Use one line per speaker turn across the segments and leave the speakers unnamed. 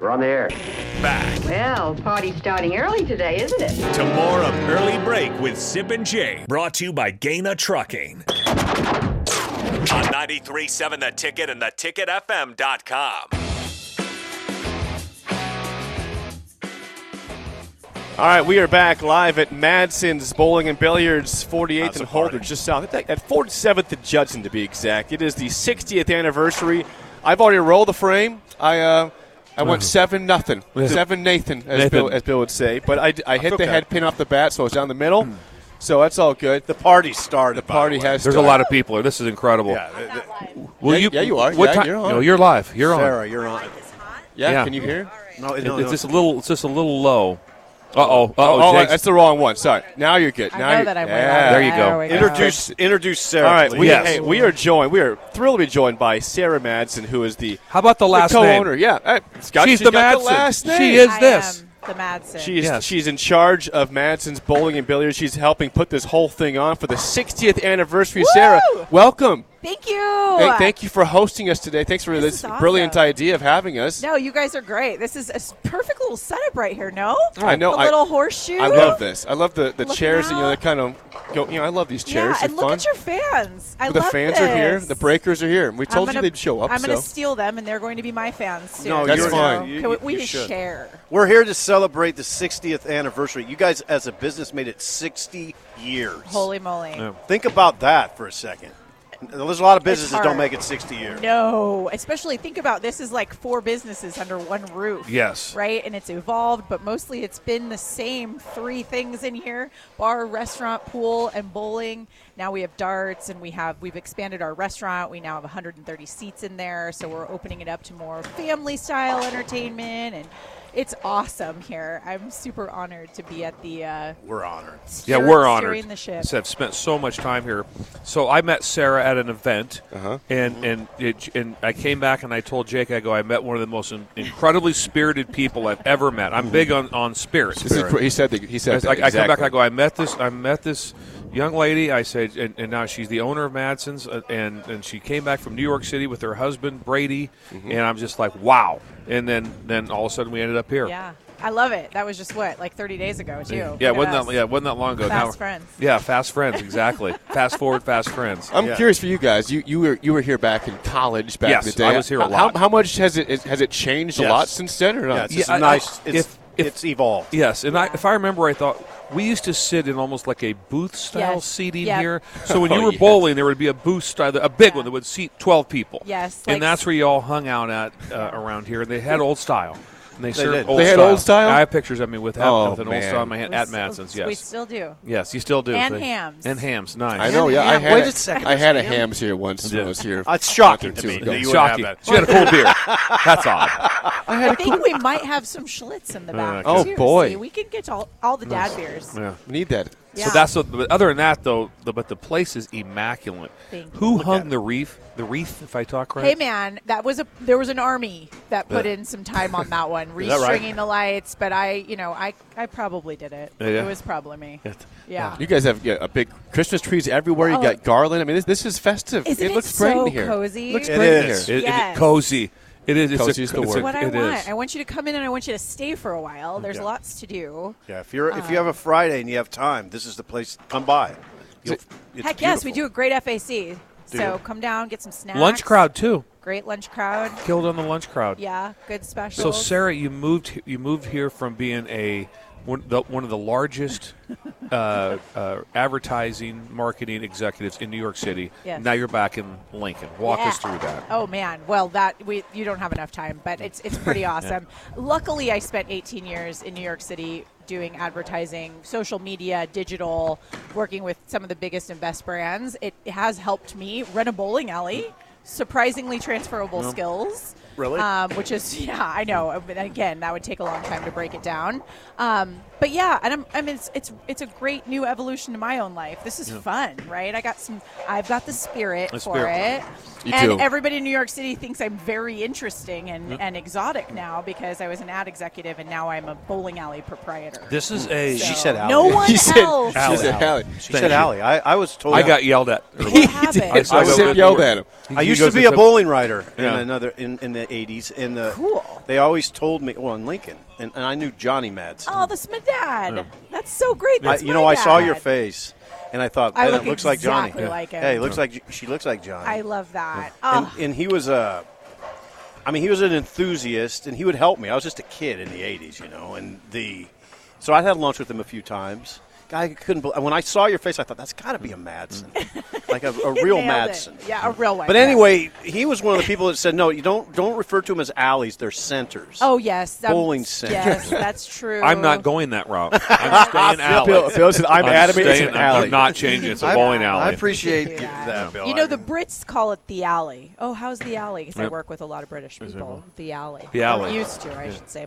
We're on the air.
Back
Well, party's starting early today, isn't it?
to more of Early Break with Sip and Jay, brought to you by Gaina Trucking. On 93.7 The Ticket and theticketfm.com.
All right, we are back live at Madsen's Bowling and Billiards, 48th and Holder, just south at, at 47th and Judson to be exact. It is the 60th anniversary. I've already rolled the frame. I uh, I went seven nothing, seven Nathan, as
Nathan.
Bill as Bill would say. But I d- I, hit
okay.
the head pin off the bat, so it's down the middle. So that's all good. The
party started.
The party has.
There's a
started.
lot of people. here. This is incredible.
Yeah,
Will
Yeah,
you?
yeah, you are.
What
Yeah,
ti-
you're on.
No, you're live. You're
Sarah,
on.
you're on. Yeah,
Yeah.
can you hear?
It- it's just a little. It's just a little low. Uh oh. Uh
Oh,
oh.
that's the wrong one. Sorry. Now you're good. now
know
you're,
that I went
yeah.
off.
There you go.
we
Introduce-
introduce Sarah. All right, we,
please.
hey, we are joined. We are thrilled to be joined by Sarah Madsen, who is the
How about the last
the co-owner.
name?
Yeah,
Uh,
hey, it's got-
She's
she
the
got
Madsen.
last
She
name.
is-
I
this?
am the Madsen.
She's,
Yes.
she's in charge of Madsen's Bowling and Billiards. She's helping put this whole thing on for the 60th anniversary. Sarah, welcome.
thank you.
Hey, thank you for hosting us today. Thanks for
This
this,
is awesome.
brilliant idea of having us.
No, you guys are great. This is a s- perfect little setup right here. No,
I know,
The
I-
little horseshoe.
I love this. I love the, the
Looking
chairs that you know
out.
they kind of go. You know, I love these
Yeah,
chairs. They're
and look
fun.
at your fans. I
the
love
fans are here.
this.
The breakers are here. We
I'm
told
gonna-
you they'd show up.
I'm
so.
going to steal them, and they're going to be my fans. Soon.
No,
That's you're- fine.
you-
Can we,
you-
we
you
just
should.
share.
We're here to celebrate the 60th anniversary. You guys, as a business, made it 60 years.
Holy moly!
Think about that for a second. There's a lot of businesses
hard.
don't make it 60 years.
No, especially think about this is like four businesses under one roof.
Yes.
Right? And it's evolved, but mostly it's been the same three things in here bar, restaurant, pool, and bowling. Now we have darts and we have, we've expanded our restaurant. We now have 130 seats in there. So we're opening it up to more family style entertainment and it's awesome here. I'm super honored to be at the. Uh,
We're honored.
Yeah,
steer-
we're honored.
Steering the ship.
I've spent so much time here. So I met Sarah at an event,
Uh-huh.
and and it, and I came back and I told Jake, I go, I met one of the most in- incredibly spirited people I've ever met. I'm big on on spirit.
This is great. he said. The, he said.
I,
that,
I come back.
exactly.
I go. I met this. I met this young lady. I said, and, and now she's the owner of Madsen's, uh, and and she came back from New York City with her husband Brady,
Mm-hmm.
and I'm just like, wow. And then then all of a sudden we ended up here.
yeah. I love it. That was just what, like 30 days ago, too.
Yeah,
Look at
wasn't
us.
that yeah, wasn't that long ago?
Fast
we're-
friends.
Yeah, fast friends, exactly. fast forward, fast friends.
I'm
Yeah.
curious for you guys. You you were you were here back in college back
Yes,
in the day.
I was here a
How-
lot.
How, how much has it has it changed a
Yes.
lot since then or not?
Yeah, it's just
Yeah, I-
nice.
I-
it's,
if- if-
it's evolved.
Yes, and I, if I remember, I thought we used to sit in almost like a booth style
Yes.
seating
Yep.
here. So when you
Oh,
were
yes.
bowling, there would be a booth style, a big one that would seat twelve people.
Yes,
and
like-
that's where you all hung out at uh, around here. And they had old style. And they, served
did.
old
They had
style.
old style?
I have pictures of me with, ha-
Oh,
with an
man.
old style in my hand
We
at
still-
Matson's.
We
Yes,
still do.
yes, you still do.
And
They-
hams.
and hams. Nice.
I know. Yeah, I
Ham.
had
Wait a second,
I had a
there's ham?
hams here once when I was here.
It's shocking
Not
to
too
me
ago.
that you would have
Shocking.
that.
She had a cold beer. That's odd.
I think we might have some Schlitz in the back.
Oh,
too.
boy.
See, we can get all, all the dad beers.
Yeah.
Need that.
Yeah.
So that's what. But other than that, though, the, but the place is immaculate.
Thank you.
Who hung the reef? The reef, if I talk right.
Hey man, that was a there was an army that put in some time on that one,
that right?
restringing the lights. But I, you know, I I probably did it.
Yeah.
It was probably me. Yeah.
You guys have yeah, a big Christmas trees everywhere. You
Oh.
got garland. I mean, this, this is festive.
Isn't it
looks
so
great in here.
cozy?
Looks
It
great in
is.
here.
It,
Yes.
it, cozy. It is. It's
Cozy
a,
is the
it's
word.
a-
what I
it
want.
is.
I want you to come in and I want you to stay for a while. There's lots to do.
Yeah, if you're if you
Uh.
have a Friday and you have time, this is the place. to Come by. You'll- it's
Heck yes, we do
beautiful.
a great FAC. So
you?
come down, get some snacks.
Lunch crowd too.
Great lunch crowd.
Killed on the lunch crowd.
Yeah, good
So
specials.
Sarah, you moved you moved here from being a one, the, one of the largest uh, uh, advertising marketing executives in New York City.
Yes.
Now you're back in Lincoln. Walk
Yeah.
us through that.
Oh man, well that we you don't have enough time, but it's it's pretty awesome. Luckily, I spent 18 years in New York City doing advertising, social media, digital, working with some of the biggest and best brands. It has helped me rent a bowling alley. Surprisingly transferable skills.
Really?
Um, which is yeah, I know. But again, that would take a long time to break it down. Um, but yeah, and I'm, I mean, it's, it's it's a great new evolution to my own life. This is fun, right? I got some. I've got the spirit
The
for
spirit.
it.
You
and
too.
everybody in New York City thinks I'm very interesting and, and exotic now because I was an ad executive and now I'm a bowling alley proprietor.
This is a.
So-
She said alley.
No one
She said-
else.
she said alley.
She said alley. I, I was told.
I got yelled at.
What happened?
I said-
I said yelled at him.
I
He
used to
goes
be
to
a
the-
bowling rider
Yeah.
in another in, in the eighties. In the
Cool.
they always told me. Well, in Lincoln, and, and I knew Johnny Mads.
Oh, that's my dad. That's so great.
I,
That's
you
my
know, I saw your
dad.
face, and I thought,
I
"Man,
look
it looks like Johnny.
exactly like him.
Hey, it looks like she looks like Johnny.
I love that.
and,
Oh,
and he was a, I mean, he was an enthusiast, and he would help me. I was just a kid in the '80s, you know, and the, so I had lunch with him a few times. Guy, I couldn't. bel when I saw your face, I thought that's got to be a Madsen, like a, a real
nailed it.
Madsen.
Yeah, a real one.
But
yes.
anyway, he was one of the people that said, "No, you don't don't refer to them as alleys; they're centers."
Oh yes, I'm-
Bowling center.
Yes, that's true.
I'm not going that route. I'm staying alley.
Bill, Bill said, I'm, adamant it's
staying-
an
I'm-
alley.
I'm not changing. It's a
I-
bowling
I
alley.
appreciate
Yeah.
that, Bill.
You
I
know, the
mean-
Brits call it the alley. Oh, how's the alley? Because I
Yep.
work with a lot of British people. The alley.
The
Or
alley.
used to, I should say.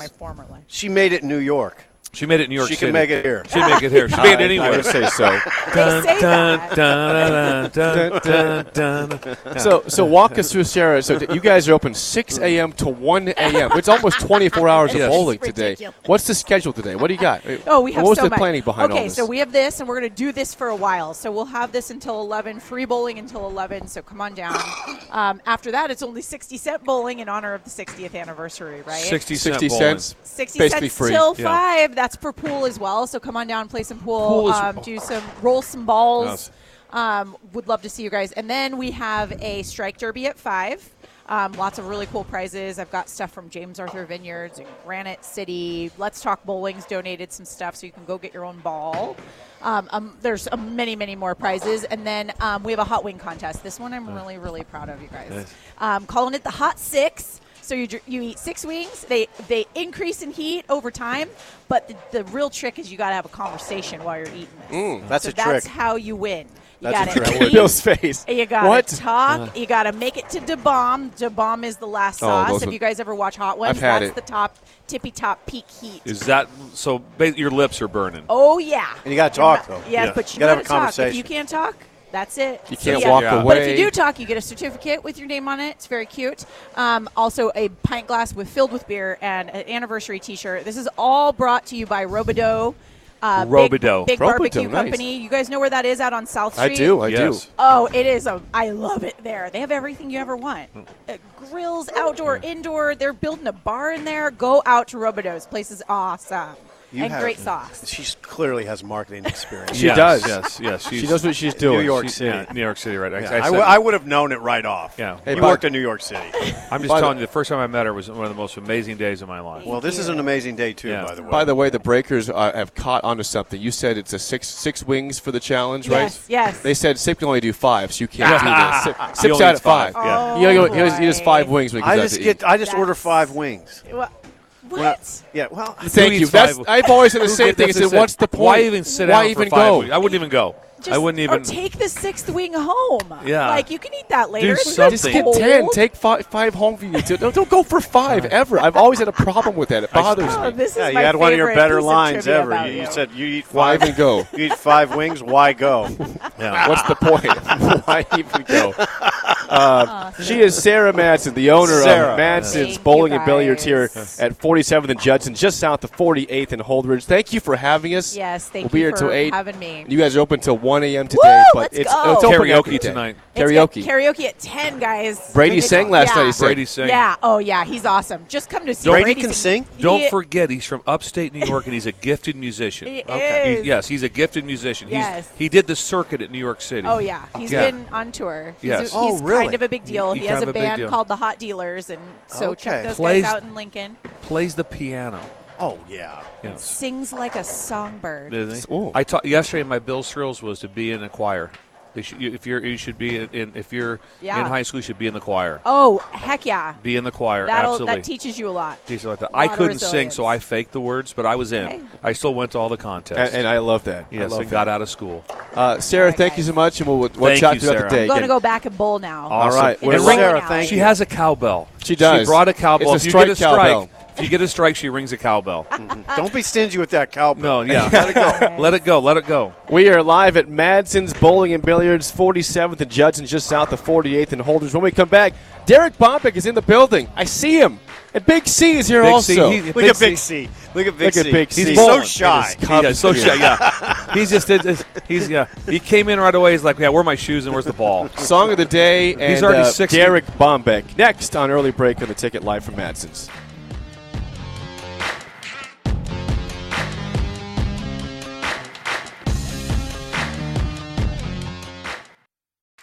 My former life.
she made it in New York.
She made it in New York
she
City.
can make it here.
She made it here. She made it
I
anywhere.
would say so.
They say that.
so, so walk us through Sarah. So, you guys are open 6 a.m. to 1 a.m. It's almost 24 hours of
Yes.
bowling
It's
today.
ridiculous.
What's the schedule today? What do you got?
Oh, we have
What was
so
the
much.
planning behind
okay,
all this?
so we have this, and we're going to do this for a while. So we'll have this until 11, free bowling until 11, so come on down. um, after that, it's only 60 cent bowling in honor of the 60th anniversary, right?
60 cent
60
bowling.
cents.
60
basically
cents
free.
till
Yeah.
5. That's for pool as well. So come on down, play some pool,
Pool is-
um, do some, roll some balls. Um, would love to see you guys. And then we have a strike derby at 5. Um, lots of really cool prizes. I've got stuff from James Arthur Vineyards and Granite City. Let's Talk Bowling's donated some stuff so you can go get your own ball. Um, um, there's uh, many, many more prizes. And then um, we have a hot wing contest. This one I'm really, really proud of, you guys. Um, calling it the Hot Six. So you, dr- you eat six wings. They they increase in heat over time, but the, the real trick is you got to have a conversation while you're eating this.
Mm,
that's
so
a
that's
trick.
how you win. You
That's a
gotta
trick.
eat,
Bill's face.
You got
What? Uh.
to talk. You got to make it to DeBomb. DeBomb is the last
Oh,
sauce.
those
If
are-
you guys ever watch Hot Ones,
I've had
that's
it.
the top tippy top peak heat.
Is that so? Ba- your lips are burning.
oh yeah.
And you gotta talk, though.
Yes,
Yeah.
but you,
You
got
gotta have
to talk.
a
If
conversation.
you can't talk, that's it.
You can't
So, yeah.
walk
Yeah.
away.
But
But if you do talk, you get a certificate with your name on it. It's very cute. Um, also, a pint glass with filled with beer and an anniversary T-shirt. This is all brought to you by Robidoux. Uh,
Robidoux.
big, big barbecue
Robidoux, nice.
company. You guys know where that is out on South
I
Street.
do. I
Yes.
do.
Oh, it is a. I love it there. They have everything you ever want.
Mm.
Uh, grills, outdoor, indoor. They're building a bar in there. Go out to Robidoux. This place is awesome.
You
and
have-
great sauce.
She clearly has marketing experience.
She does.
Yes, yes.
She
she's-
knows what she's
New
doing.
York
She-
City.
yeah.
New York City, right. I-
Yeah,
I
I,
said-
w- I would have known it right off.
Yeah.
He
Hey,
by
worked
the-
in New York City.
I'm just
By the-
telling you, the first time I met her was one of the most amazing days of my life.
well, this is an amazing day too,
Yeah.
by the way.
By the way, the Breakers uh, have caught onto something. You said it's a six six wings for the challenge,
Yes,
right?
yes.
They said Sip can only do five, so you can't do this. Sip,
He
Sip's
only
out
needs
at five.
five, yeah.
He, only, he, only, he does five
Alright.
wings when he
I
comes out
just
to
get
eat.
I just order
That's-
five wings.
Wha- What?
Yeah, well, I-
Who
Thank you.
eats
That's,
five-
I've always said the
Who-
same thing. I
that's
said,
just it.
what's the point?
Why even sit
Why
down
even
for five
go?
weeks? I wouldn't even go.
Just,
I wouldn't
Or
even.
take the sixth wing home.
Yeah.
Like, you can eat that later.
Do
It's not
Just
something.
get
cold.
ten. Take five, five home for you. Don't, don't go for five ever. I've always had a problem with that. It bothers
Oh,
me.
this
yeah,
is
you
my
had one of your
favorite
better
piece of
lines
trivia
ever.
about
You,
you.
you said you eat
Why
five.
even go?
you eat five wings. Why go? Yeah.
What's the point? Why even go? Uh, she is Sarah Madsen, the owner
Sarah.
of Madsen's
Thank
Bowling
you
and Billiards here
guys.
at 47th and Judson, just south of 48th and Holdridge. Thank you for having us.
Yes, thank
we'll be
you
here till
for
8.
having me.
You guys are open till 1 a.m. today, but
let's
it's,
go.
it's open
Karaoke
every day.
tonight.
It's
Karaoke.
got Karaoke at 10, guys.
Brady sang last
yeah.
night, he said.
Brady sang.
Yeah. Oh, yeah. He's awesome. Just come to see
Brady
Brady
can sing?
He-
Don't forget, he's from upstate New York, and he's a gifted musician.
He is.
He- yes, he's a gifted musician.
Yes.
He's, he did the circuit at New York City.
Oh yeah, he's
Yeah.
been on tour. He's,
Yes.
he's
Oh, really?
kind of a big deal.
He-
He,
he
has
kind of
a
a big
band
deal.
called the Hot Dealers, and so
Okay.
check those
Plays-
guys out in Lincoln.
Plays the piano.
Oh yeah.
Yes.
Sings like a songbird.
Does he?
Ooh.
I taught yesterday. My Bill's thrills was to be in a choir. They should, you- if you're, you should be in- in. If you're
Yeah.
in high school, you should be in the choir.
Oh heck yeah!
Be in the choir.
That'll
absolutely.
that teaches you a lot.
Teacher like that.
A
I
lot of
couldn't sing, so I
resilience.
faked the words, but I was in.
Okay.
I still went to all the contests.
And, and I love that. I
yes,
love
I got out of school.
that. Uh, Sarah,
Alright,
thank you
guys.
so much, and we'll we'll
Thank
chat
you,
throughout
Sarah.
the day.
I'm going to
Again.
go back and bowl now.
All right.
We're
And ring-
Sarah, thank
she
you.
has a cowbell.
She does.
She brought a cowbell.
It's a
if you get a
strike
strike,
cowbell.
if you get a strike, she rings a cowbell.
Uh,
Don't be stingy with that
no,
cowbell.
yeah. Let it go. Let it go. Let it go.
We are live at Madsen's Bowling and Billiards, 47th and Judson, just south of 48th and Holders. When we come back, Derek Bompick is in the building. I see him. And Big C is here
Big
also.
C, he-
Look at Big C. Look at
Look
Big C.
at Big C.
He's
bowling.
so shy.
It is com-
Yeah, so shy, yeah. He's just did this- he's yeah. He came in right away. He's like, yeah, where are my shoes and where's the ball?
Song of the day and
already
uh,
60.
Derek Bombeck next on early break on the ticket live from Madsen's.